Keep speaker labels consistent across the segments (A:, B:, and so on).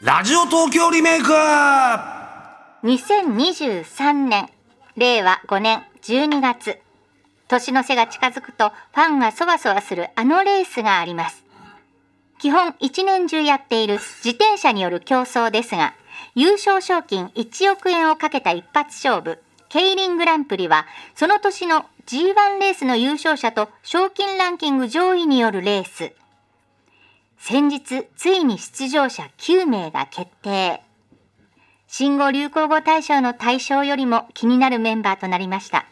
A: ラジオ東京リメイク
B: 2023年令和5年12月年の瀬が近づくとファンがそわそわするあのレースがあります基本一年中やっている自転車による競争ですが優勝賞金1億円をかけた一発勝負ケイリングランプリはその年の G1 レースの優勝者と賞金ランキング上位によるレース先日ついに出場者9名が決定新語・流行語大賞の大賞よりも気になるメンバーとなりました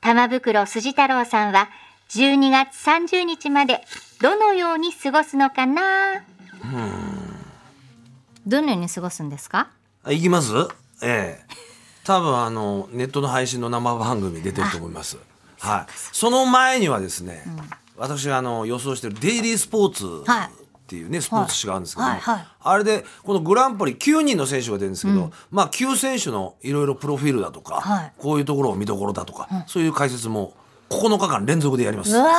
B: 玉袋筋太郎さんは12月30日までどのように過ごすのかな
C: どのように過ごすんですか
A: あいきますええ多分あのネットの配信の生番組出てると思いますはいその前にはですね、私があの予想してる「デイリースポーツ」
C: はい
A: っていうねスポーツ誌があるんですけど、
C: はいはい
A: あれでこのグランプリ9人の選手が出るんですけど、まあ9選手のいろいろプロフィールだとか、
C: はい
A: こういうところを見どころだとか、そういう解説も9日間連続でやりま
C: う
A: す。はい
C: わ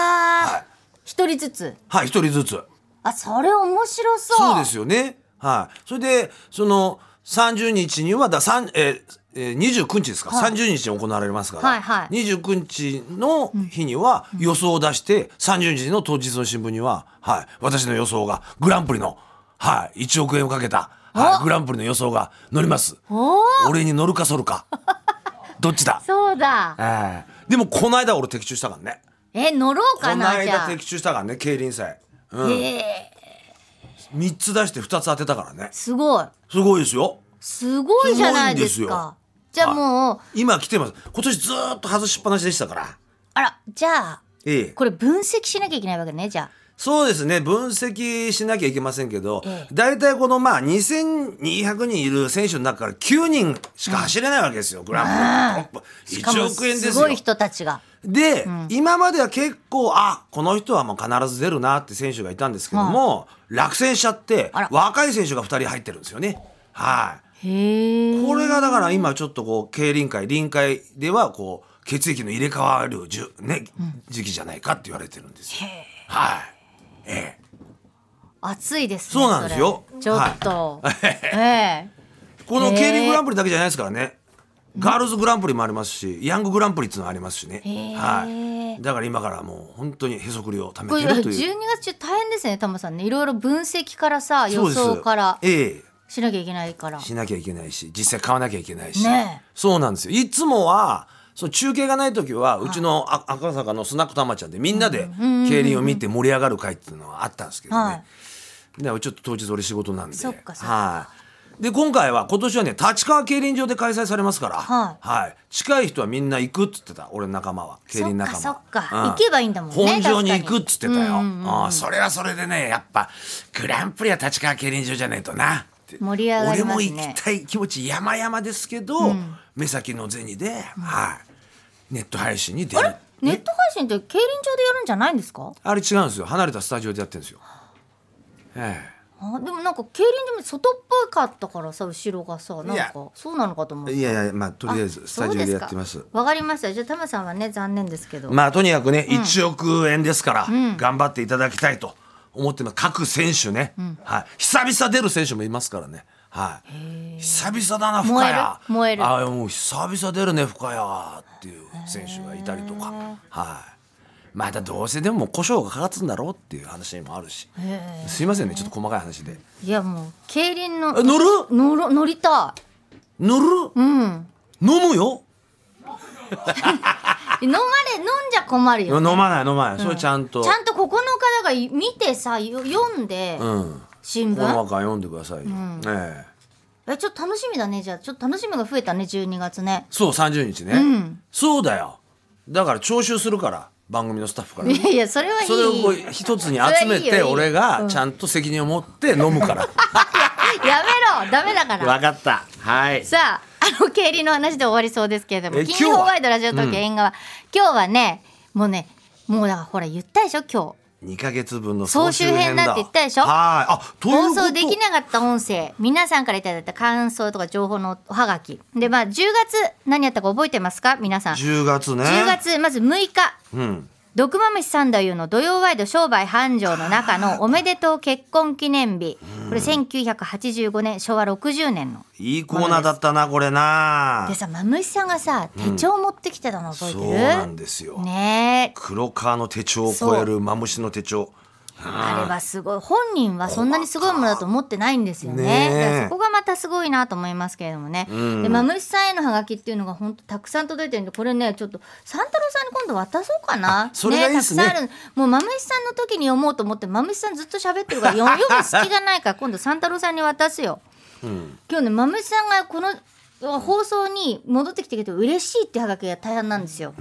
C: ー一、人ずつ
A: 一人ずつ
C: あそれ面白そう
A: そうですよね。はい。それで、その、30日には、だ、三えーえー、29日ですか、30日に行われますから、
C: はいはい
A: 29日の日には予想を出して、30日の当日の新聞には、はい、私の予想が、グランプリの、はい、1億円をかけた、はい、グランプリの予想が載ります。
C: おー
A: 俺に乗るか反る か、どっちだ。
C: そうだ
A: えーでも、この間俺的中したからね。
C: え乗ろう
A: こ
C: か
A: の
C: なじ
A: 間
C: ゃあ
A: 的中したからね、競輪祭。
C: ええ
A: 3つ出して2つ当てたからね
C: ー。すごい
A: すごいですよ。
C: すごいじゃないです
A: ごいんですよ
C: かじゃあもう
A: 今来てます今年ずーっと外しっぱなしでしたから
C: あらじゃあ
A: ええ
C: これ分析しなきゃいけないわけねじゃ
A: そうですね分析しなきゃいけませんけど
C: ええ
A: 大体、このまあ2200人いる選手の中から9人しか走れないわけですよ、グランプ
C: あ
A: リ
C: しか
A: トップ1
C: も
A: 億円ですす
C: ご
A: よ
C: い人たちが
A: で、今までは結構あこの人はもう必ず出るなって選手がいたんですけども、落選しちゃって
C: あら
A: 若い選手が2人入ってるんですよねはい
C: へえ
A: これがだから今ちょっとこう経臨界臨界ではこう血液の入れ替わるじゅ、ね時期じゃないかって言われてるんですよ。はい。ええ、
C: 暑いですね
A: そうなんですよ
C: それちょっと、 ええ
A: この
C: へえ
A: 経輪グランプリだけじゃないですからね。ガールズグランプリもありますし、ヤンググランプリっていうのもありますしね。
C: へえ
A: はい。だから今からもう本当にへそくりを溜
C: こ
A: め
C: れ
A: てる
C: 12
A: という。
C: 月中大変ですねタマさんねいろいろ分析からさ予想から
A: そうですええ。
C: しなきゃいけないから
A: しなきゃいけないし実際買わなきゃいけないし、
C: ねえ
A: そうなんですよいつもはその中継がない時はうちのあ赤坂のスナックたまちゃんでみんなで競輪を見て盛り上がる会っていうのはあったんですけどね、
C: はい
A: だからちょっと当日俺仕事なんで
C: そっかそっか
A: はいで今回は今年はね立川競輪場で開催されますから、
C: はい
A: 近い人はみんな行くっつってた俺の仲間は競輪仲間
C: そっかそっか行けばいいんだもんね
A: 本場に行くっつってた
C: 確
A: よ、
C: かに
A: うんそれはそれでねやっぱグランプリは立川競輪場じゃねえとなって
C: 盛り上がりますね
A: 俺も行きたい気持ち山々ですけど、目先の銭で、はい、ネット配信に出るあ
C: ネット配信って競輪場でやるんじゃないんですか
A: れ違うんですよ離れたスタジオでやってるんですよ、え
C: あでもなんか競輪でも外っぽかったからさ後ろがさなん
A: いや
C: かそうなのかと思っ
A: え
C: て
A: いやいやまあとりあえずスタジオでやってま
C: そうで
A: す
C: すかわかりましたじゃあタマさんはね残念ですけど、
A: まあとにかくね、1億円ですから、頑張っていただきたいと思ってます各選手ね、はい、久々出る選手もいますからね、はい、久々だな深谷
C: 燃える燃える
A: あもう久々出るね深谷っていう選手がいたりとか、はい、またどうせでも胡椒がかかつんだろうっていう話もあるしすいませんねちょっと細かい話で
C: いやもう競輪の
A: え乗る
C: 乗ろ乗りたい
A: 乗る、飲むよ
C: 飲まれ飲んじゃ困る
A: 飲
C: よね
A: まない飲まない、それちゃんと
C: ちゃんとここの方が見てさよ読んで、
A: うん
C: 新
A: この
C: 聞
A: 中読んでくださいよ、ええ
C: えちょっと楽しみだねじゃあちょっと楽しみが増えたね12月ね
A: そう30日ね、
C: ん
A: そうだよだから徴収するから番組のスタッフから
C: いやいやそれはいい
A: それをこう一つに
C: そ
A: 集め
C: れはいい
A: て
C: よいいよ
A: 俺がちゃんと責任を持って飲む から
C: やめろダメだから
A: 分かったはい
C: さああの経理の話で終わりそうですけれども
A: え
C: 金
A: 今日
C: 曜
A: は
C: ワイドラジオ東京縁側、今日はねもうねもうだからほら言ったでしょ今日
A: 2か月分の
C: 総
A: 総
C: 集
A: 集
C: 編
A: 編
C: だ
A: だ
C: って言ったでしょ
A: はいあということ
C: 放送できなかった音声皆さんからいただいた感想とか情報のおはがきでまあ10月何やったか覚えてますか皆さん10
A: 10月ね
C: 月まず6日
A: うん
C: 毒まめし三太夫の土曜ワイド商売繁盛の中のおめでとう結婚記念日。これ1985年、昭和60年の。
A: いいコーナーだったなこれな
C: でさ、まむしさんがさ、手帳持ってきてたの覚えて
A: そ
C: る、
A: うなんですよ、
C: ねえ。
A: 黒川の手帳を超えるマムシの手帳
C: あれはすごい。本人はそんなにすごいものだと思ってないんですよね。
A: ねえ
C: だからそこがまたすごいなと思いますけれどもね。
A: うん
C: で、まむしさんへのハガキっていうのが本当たくさん届いてるんで、これね、ちょっと、三太郎さんに今度渡そうかな。
A: それがいいっすね
C: たくさんある。もうまむしさんの時に読もうと思って、まむしさんずっと喋ってるから、読 む読む隙がないから、今度三太郎さんに渡すよ。今日ね、まむしさんがこの、放送に戻ってきてくれて嬉しいってハガキが大半なんですよ。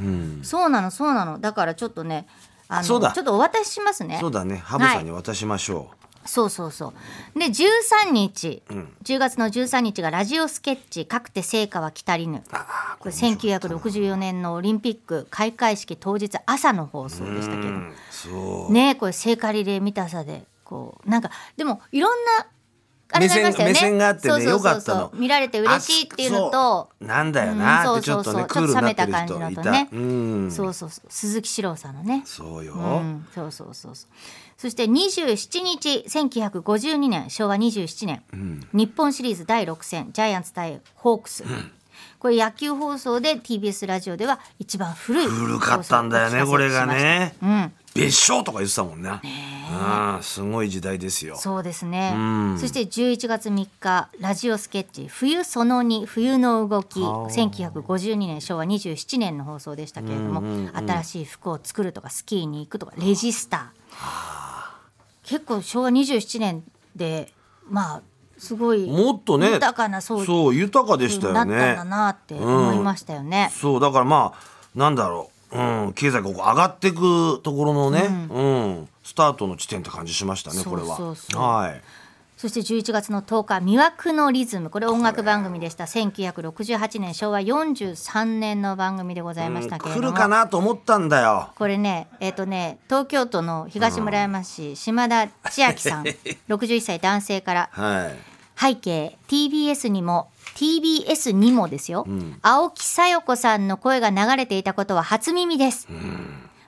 C: そうなの、そうなの。だからちょっとね、あのち
A: そ
C: ょ
A: うだ
C: っとお渡ししますね。
A: そうだねハブさんに渡しましょ
C: そうそうそう。で、13日、10月の13日がラジオスケッチ、かくて成果は来たりぬ。
A: う、あ
C: これ1964年のオリンピック開会式当日朝の放送でしたけ
A: ー
C: ど。
A: そう
C: ねえこれ聖火リレー見たさで、こう、なんか、でもいろんな、あれがありましたよね。
A: 目線目線があってね
C: そうそうそうそう
A: よかったの
C: 見られて嬉しいっていうのと、
A: あそうなんだよな
C: う
A: っ
C: ん
A: てちょっとね、クールになってる人いたうん
C: そ
A: そう
C: うそうそう鈴木史郎さんのね
A: よ、
C: うん、そうそうそうそうそして27日1952年昭和27年、日本シリーズ第6戦ジャイアンツ対ホークス、これ野球放送で TBS ラジオでは一番古い
A: 古かったんだよね
C: 放送
A: こ
C: をお聞
A: れ
C: きしま
A: が
C: した
A: ね
C: うん
A: 別称とか言ってたもんねうんすごい時代ですよ
C: そうですね、
A: うん
C: そして11月3日ラジオスケッチ「冬その2冬の動き」1952年昭和27年の放送でしたけれども、新しい服を作るとかスキーに行くとかレジスター結構昭和27年でまあすごい
A: もっとね
C: 豊かなそう
A: そう豊かでした
C: なった
A: よ
C: んだ
A: ね
C: なって思いましたよね。
A: そうだからまあなんだろう、うん、経済がこう上がっていくところのね、うんスタートの地点って感じしましたねこれは
C: そうそうそう
A: はい
C: そして11月の10日「魅惑のリズム」これ音楽番組でした1968年昭和43年の番組でございましたけれど
A: 来
C: も、
A: るかなと思ったんだよ
C: これね、えっ、とね、東京都の東村山市、島田千秋さん、61歳男性から、
A: はい
C: 背景、TBS にも、TBS にもですよ、青木さよ子さんの声が流れていたことは初耳です。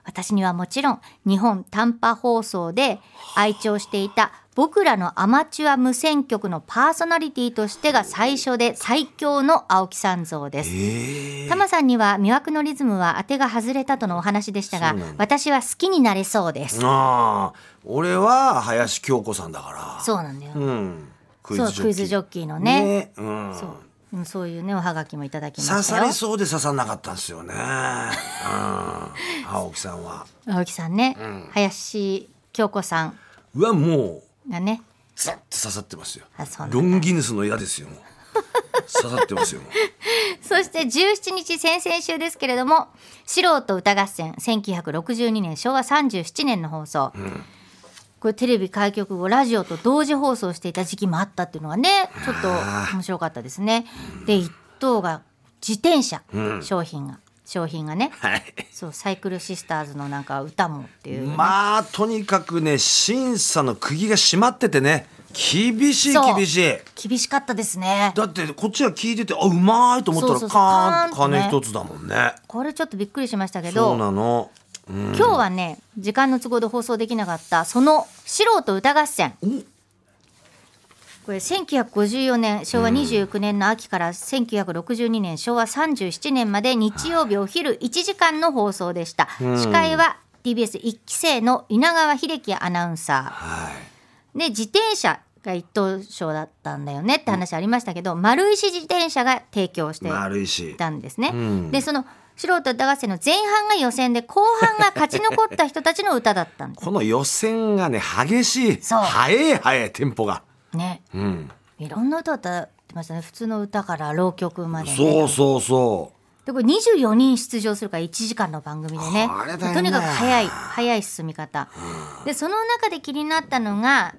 C: 私にはもちろん、日本短波放送で愛聴していた、僕らのアマチュア無線局のパーソナリティとしてが最初で最強の青木さん像です。
A: ええ
C: タマさんには魅惑のリズムは当てが外れたとのお話でしたが
A: そうなんだ
C: 私は好きになれそうです、
A: ああ俺は林京子さんだから
C: そうなんだよ、
A: うん、ク
C: そうクイズジョッ
A: キ
C: キーの
A: ー
C: ね
A: うん、
C: そううんそういうねおはがきもいただきま
A: 刺
C: した
A: さ
C: よ
A: れそうで刺さんなかったんですよね、うん、青木さんは
C: 青木さんね、林京子さん
A: うわもう
C: がね
A: ザッと刺さってますよ
C: あそうなんだ
A: ロンギヌスの矢ですよもう刺さってますよもう
C: そして17日先々週ですけれども「素人歌合戦」1962年昭和37年の放送、これテレビ開局後ラジオと同時放送していた時期もあったっていうのがねちょっと面白かったですね。で一等が自転車、商品が商品がね
A: はい
C: そうサイクルシスターズのなんか歌もっていう、
A: まあとにかくね審査の釘が締まっててね厳しい
C: そう
A: 厳しい
C: 厳しかったですね。
A: だってこっちは聞いててあうまいと思ったら
C: そうそうそう
A: カーンと
C: カーンとね
A: 金一つだもんね
C: これちょっとびっくりしましたけ
A: そ
C: ど
A: うなの
C: 今日はね時間の都合で放送できなかったその「素人歌合戦」これ1954年昭和29年の秋から1962年昭和37年まで日曜日お昼1時間の放送でした、司会は TBS 一期生の稲川秀樹アナウンサ
A: はい
C: ーで自転車が一等賞だったんだよねって話ありましたけど、丸石自転車が提供して
A: 丸いし
C: ったんですね。
A: ん
C: でその素人歌合戦の前半が予選で後半が勝ち残った人たちの歌だったんで
A: この予選がね激しい
C: そう
A: 早い早いテンポが
C: すね。
A: うん
C: いろんな歌歌ってましたね普通の歌から浪曲まで、ね。
A: そうそうそ
C: でこれ24人出場するから1時間の番組でね
A: これだよね
C: とにかく早い早い進み方でその中で気になったの が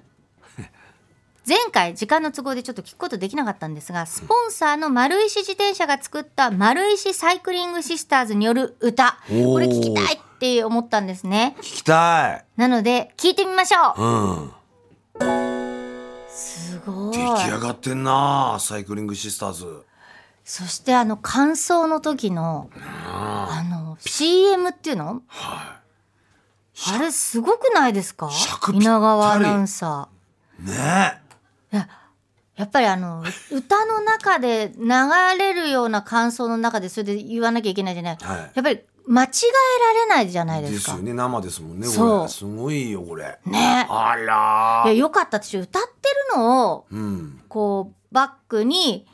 C: 前回時間の都合でちょっと聞くことできなかったんですがスポンサーの丸石自転車が作った丸石サイクリングシスターズによる歌
A: おー
C: これ聞きたいって思ったんですね
A: う聞きたい
C: なので聞いてみましょう
A: うん
C: すごい
A: 出来上がってんなサイクリングシスターズ
C: そしてあの感想の時のあの CM っていうのあれすごくないですか
A: 尺ぴったり
C: 稲川アナウンサ
A: ね
C: ーやっぱりあの歌の中で流れるような感想の中でそれで言わなきゃいけないじゃない、
A: はい
C: やっぱり間違えられないじゃない
A: え
C: で
A: ですす
C: か
A: よね生ですもんね
C: そう
A: これすごいよこれ
C: ね
A: あら
C: いや
A: ー
C: よかった私歌ってるのを
A: うん
C: こうバックに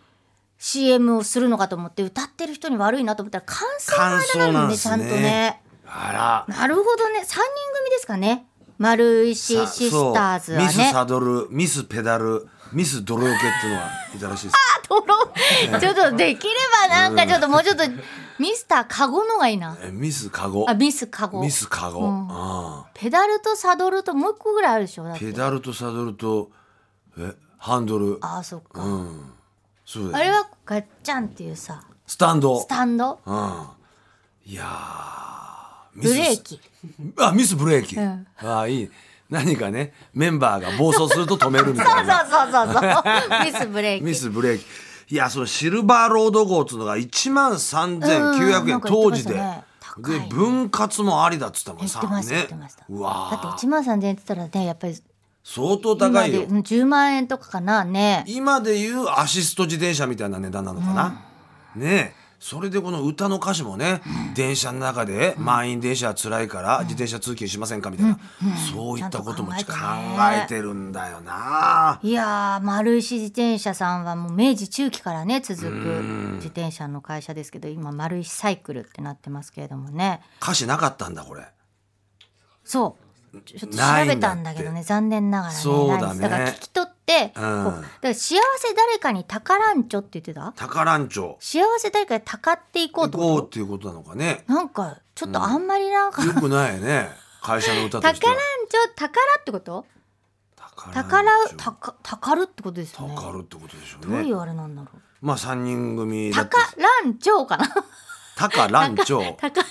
C: CM をするのかと思って歌ってる人に悪いなと思ったら感想があれなんでねちゃ
A: 感想
C: ん
A: なんで
C: と
A: すね
C: ね
A: あら
C: なるほどね3人組ですかね丸石
A: さ
C: シスターズは
A: そうミス
C: ね
A: サドルミスペダルミスドローケっていうのがいたらしいです
C: ドローちょっとできればなんかちょっともうちょっとミスターカゴのがいいな
A: えミスカゴ
C: あミスカゴ
A: ミスカゴ、
C: うん
A: あ
C: ペダルとサドルともう一個ぐらいあるでしょだっ
A: あ
C: て
A: ペダルとサドルとえハンドル
C: ああそっか、
A: うんそう
C: あ
A: だ
C: れ
A: よ
C: はガッチャンっていうさ
A: スタンド
C: スタンド
A: うんいやーミ
C: ブ
A: ス
C: レーキ
A: あミスブレーキ、
C: うん
A: ああいい何かねメンバーが暴走すると止めるみたいな
C: そうそうそうそう そうミスブレーキ
A: ミスブレーキいやそのシルバーロード号っつうのが1万
C: う
A: 3900
C: んな
A: 円
C: んか
A: 当
C: 言ってまし
A: 時
C: た
A: で、
C: ね高いね
A: で分割もありだっつったもん
C: 言ってました、
A: さ
C: 言ってました。
A: うわ
C: だって1
A: ー
C: 万3000円って言ったらね、やっぱり
A: 相当
C: 今
A: 高い
C: で
A: よ
C: うん10万円とかかなね。
A: 今でいうアシスト自転車みたいな値段なのかな、ねえそれでこの歌の歌詞もね、電車の中で満員電車は辛いから自転車通勤しませんかみたいな、そういったことも考
C: ちゃんと考
A: え
C: えて
A: てるんだよない
C: やー、丸石自転車さんはもう明治中期からね、続く自転車の会社ですけど、今丸石サイクルってなってますけれどもね。
A: 歌詞なかったんだこれ
C: そう。ちょちょっと
A: ない
C: 調
A: んだって
C: べたんだけどね、残念ながらね。
A: そう
C: な
A: だね
C: いですだから聞き取って、こうだから幸せ誰かに宝んちょって言ってた
A: 宝んちょ
C: 幸せ誰かにたかっていこう
A: 行
C: って
A: こうっ
C: こ
A: ていうことなのかね
C: となんか、ちょっとあんまり なんか、
A: よくないね会社の歌と
C: 宝ん
A: し
C: ち
A: て
C: ょ
A: は、
C: 宝ってこと宝
A: 宝んちょ
C: たか宝ってことですよね。
A: 宝ってことでしょ
C: ど
A: う
C: うい
A: ね
C: うあれなんだろう。
A: まあ三人組だ
C: た
A: って
C: かランチョウかな。
A: 宝んちょ
C: たかの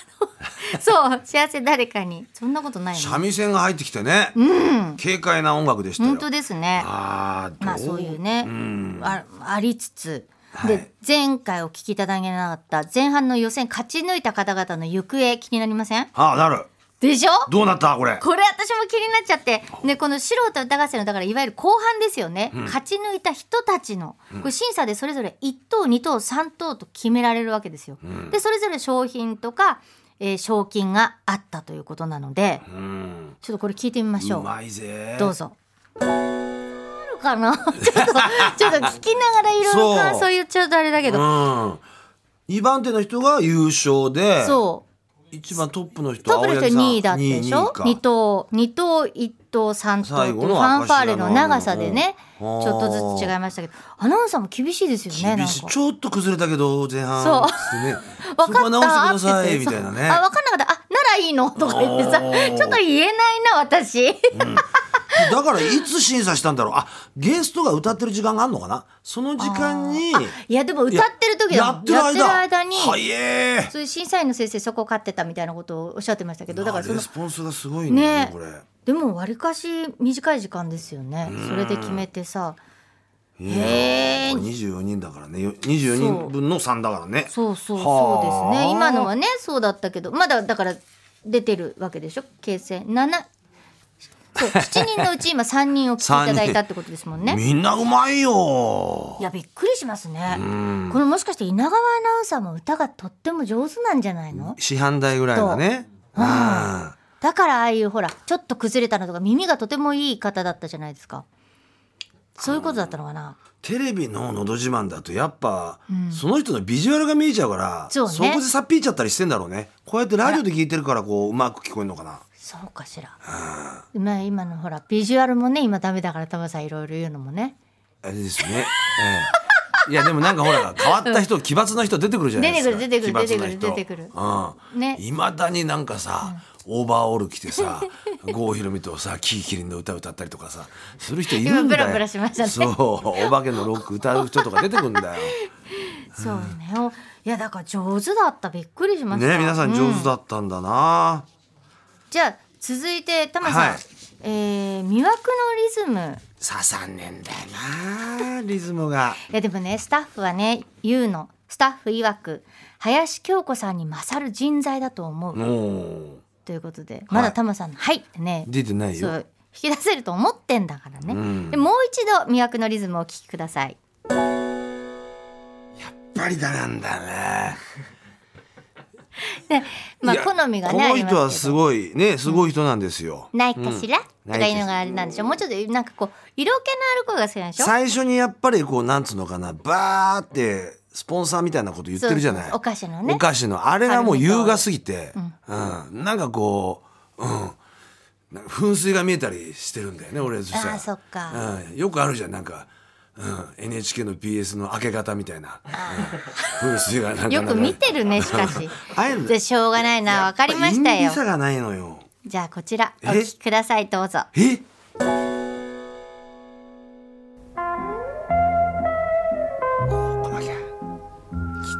C: そう幸せ誰かにそんなことない
A: 三
C: ね。
A: 味線が入ってきてね、
C: うん
A: 軽快な音楽でしたよ
C: 本当ですね。
A: あーど
C: まあそういうね
A: ん
C: あありつつ。
A: はい
C: で前回お聞きいただけなかった前半の予選勝ち抜いた方々の行方気になりません
A: あなる
C: でしょ
A: どうなったこれ
C: これ私も気になっちゃってでこの素人歌合戦のだからいわゆる後半ですよね、勝ち抜いた人たちのこれ審査でそれぞれ1等2等3等と決められるわけですよ。でそれぞれ商品とか、えー賞金があったということなので
A: うん
C: ちょっとこれ聞いてみまし
A: う
C: ょう。
A: まいぜ
C: どうぞ。あるかな ちょっと ちょっと聞きながらいろいろ感
A: そ
C: 想
A: う
C: 言っちゃうとあれだけ
A: う
C: ど
A: ん二番手の人が優勝で
C: そう
A: 一番トップの人
C: トップの人
A: 青柳さん
C: 2位だったでしょ
A: 二位
C: 2
A: か
C: 等2等1等3
A: 最
C: 等
A: 後
C: とファ
A: の
C: ン
A: 赤白の
C: ファーレの長さでねち
A: うん
C: ょっとずつ違いましたけどアナウンサーも厳しいですよねなん
A: 厳
C: か
A: しいちょっと崩れたけど前半
C: そう
A: ってね
C: 分
A: そこ
C: か
A: は
C: った
A: 直してください
C: って言って
A: みたいなね
C: そうあ分かんなかったあならいいのとか言ってさ
A: おー
C: ちょっと言えないな 私
A: だからいつ審査したんだろうあゲストが歌ってる時間があるのかなその時間に
C: いやでも歌ってる時だ
A: や
C: も
A: っ
C: ん
A: てる
C: やってる
A: 間
C: 間に
A: はいえー
C: そういう審査員の先生そこを勝ってたみたいなことをおっしゃってましたけどだからそ
A: あ
C: の
A: レスポンスがすごいんだよね
C: ね
A: これ
C: でもわりかし短い時間ですよねそれで決めてさへー
A: 二十四人だからね二十人分の三だからね
C: そうそう
A: は
C: そう
A: あ
C: ですね今のはねそうだったけどまだだから出てるわけでしょ形成7そう7人の うち今3人を来ていただいたってことですもんね。
A: みんなうまいよ
C: いやびっくりしますね。これもしかして稲川アナウンサーも歌がとっても上手なんじゃないの
A: 市販代ぐらいのねうん
C: だからああいうほらちょっと崩れたのとか耳がとてもいい方だったじゃないですか。そういうことだったのかな。
A: テレビの「のど自慢」だとやっぱ、その人のビジュアルが見えちゃうから
C: そうね
A: こでさっぴいちゃったりしてんだろうねこうやってラジオで聞いてるからこううまく聞こえるのかな
C: そうかしら。まあ今のほらビジュアルもね今ダメだからタマさんいろいろ言うのもね。
A: あれです ね、ええ、いやでもなんかほら変わった人奇抜な人出てくるじゃないですか
C: 出てくる出てくる
A: 奇抜な人
C: 出てくる出てく
A: うん
C: ね
A: いまだになんかさ、オーバーオール着 てさ郷ひろみとさキーキリンの歌歌ったりとかさする人いるん
C: 今ブ
A: だよ
C: ラブラしましたね
A: そうお化けのロック歌う人とか出てくるんだよ
C: そうね。おいやだから上手だったびっくり しました。
A: ね皆さん上
C: う
A: 手だったんだな、
C: じゃあ続いてタマさん、
A: はい
C: えー魅惑のリズム。
A: 刺さんねんだよなリズムが
C: いやでもねスタッフはねユウのスタッフ曰く林京子さんに勝る人材だと思う。
A: もう
C: ということでまだタマさんの「はい」ってね
A: 出てない
C: そ
A: よ
C: う引き出せると思ってんだからね、
A: うん
C: でもう一度魅惑のリズムをお聞きください
A: バリだなんだね
C: まあ
A: いや
C: 好みが
A: こ
C: ねあ
A: の
C: りますけど
A: 人はすごいねすごい人なんですよ、
C: ないかしら、
A: うん
C: とかいうのがあれなんでしょうもうちょっとなんかこう色気のある声が好きなんでしょ
A: 最初にやっぱりこうなんつうのかなバーってスポンサーみたいなこと言ってるじゃない
C: そうそうお菓子のね
A: お菓子のあれがもう優雅すぎて、
C: うん
A: うんなんかこう、うん、なんか噴水が見えたりしてるんだよね俺としては
C: あーそっか
A: うん、よくあるじゃんなんか、うん、NHK の BS の明け方みたいな、うん噴水がなんか
C: よく見てるねしかしでしょうがないなわかりました
A: イン
C: よ
A: デさがないのよ
C: じゃあこちらお
A: え
C: 聞きくださいどうぞ
A: えおー来なきゃ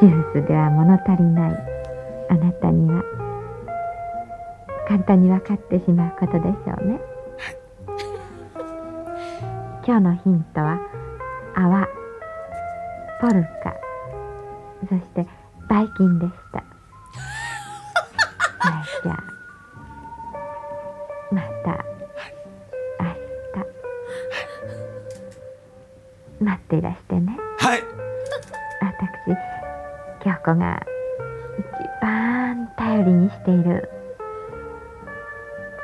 D: 手術では物足りないあなたには簡単に分かってしまうことでしょうね、今日のヒントは泡ポルカそしてバイキンでしたはいじゃあまた明日待っていらしてね
A: はい
D: 私京子が一番頼りにしている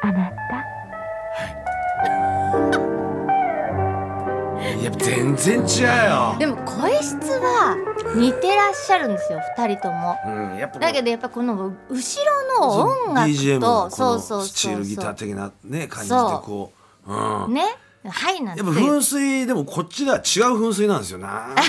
D: あなた
A: いや全然違うよ
C: でも声質は似てらっしゃるんですよ二人とも
A: うん、やっぱ
C: だけどやっぱこの後ろの音楽と
A: BGM のこ
C: そう
A: の
C: そうそうそう
A: スチールギター的なね感じで
C: そう
A: こう、うん、
C: ねはいなんて
A: やっぱ噴水でもこっちでは違う噴水なんですよなんか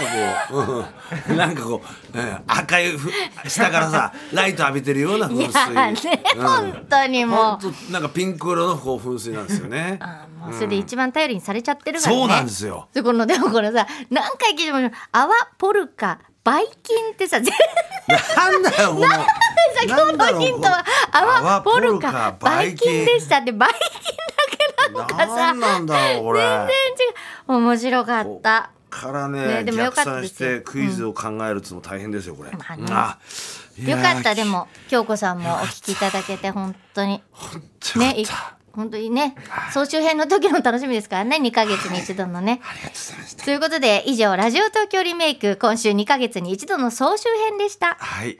A: こう、うん、 なんかこう、うん、赤いふ下か らさライト浴びてるような噴
C: いや
A: 水
C: ね、本当に
A: うん、
C: もう
A: ほんとなんかピンク色のこう噴水なんですよね
C: あーもうそれで一番頼りにされちゃってるからね、
A: そうなんですよ
C: でこのでもこれさ何回聞いても「泡ポルカバイキン」って さ全
A: なんだよこの
C: 然さ今日のヒントは「泡ポルカバイキン」でしたってバイキン
A: なん
C: かさ
A: なんだろうこれ
C: 全然違う面白かった。
A: から
C: ね
A: ね
C: でもよ
A: 逆
C: かった
A: 算
C: で
A: し
C: すよ
A: てクイズを考えるつも大変ですよこれ、
C: まあね
A: い
C: よ
A: や
C: かったで
A: も
C: も京子さんもお聞きいただけて本当にねい本当にね総集編の時も楽しみですからね2ヶ月に一度のね。ということで以上「ラジオ東京リメイク」今週2ヶ月に一度の総集編でした。
A: はい。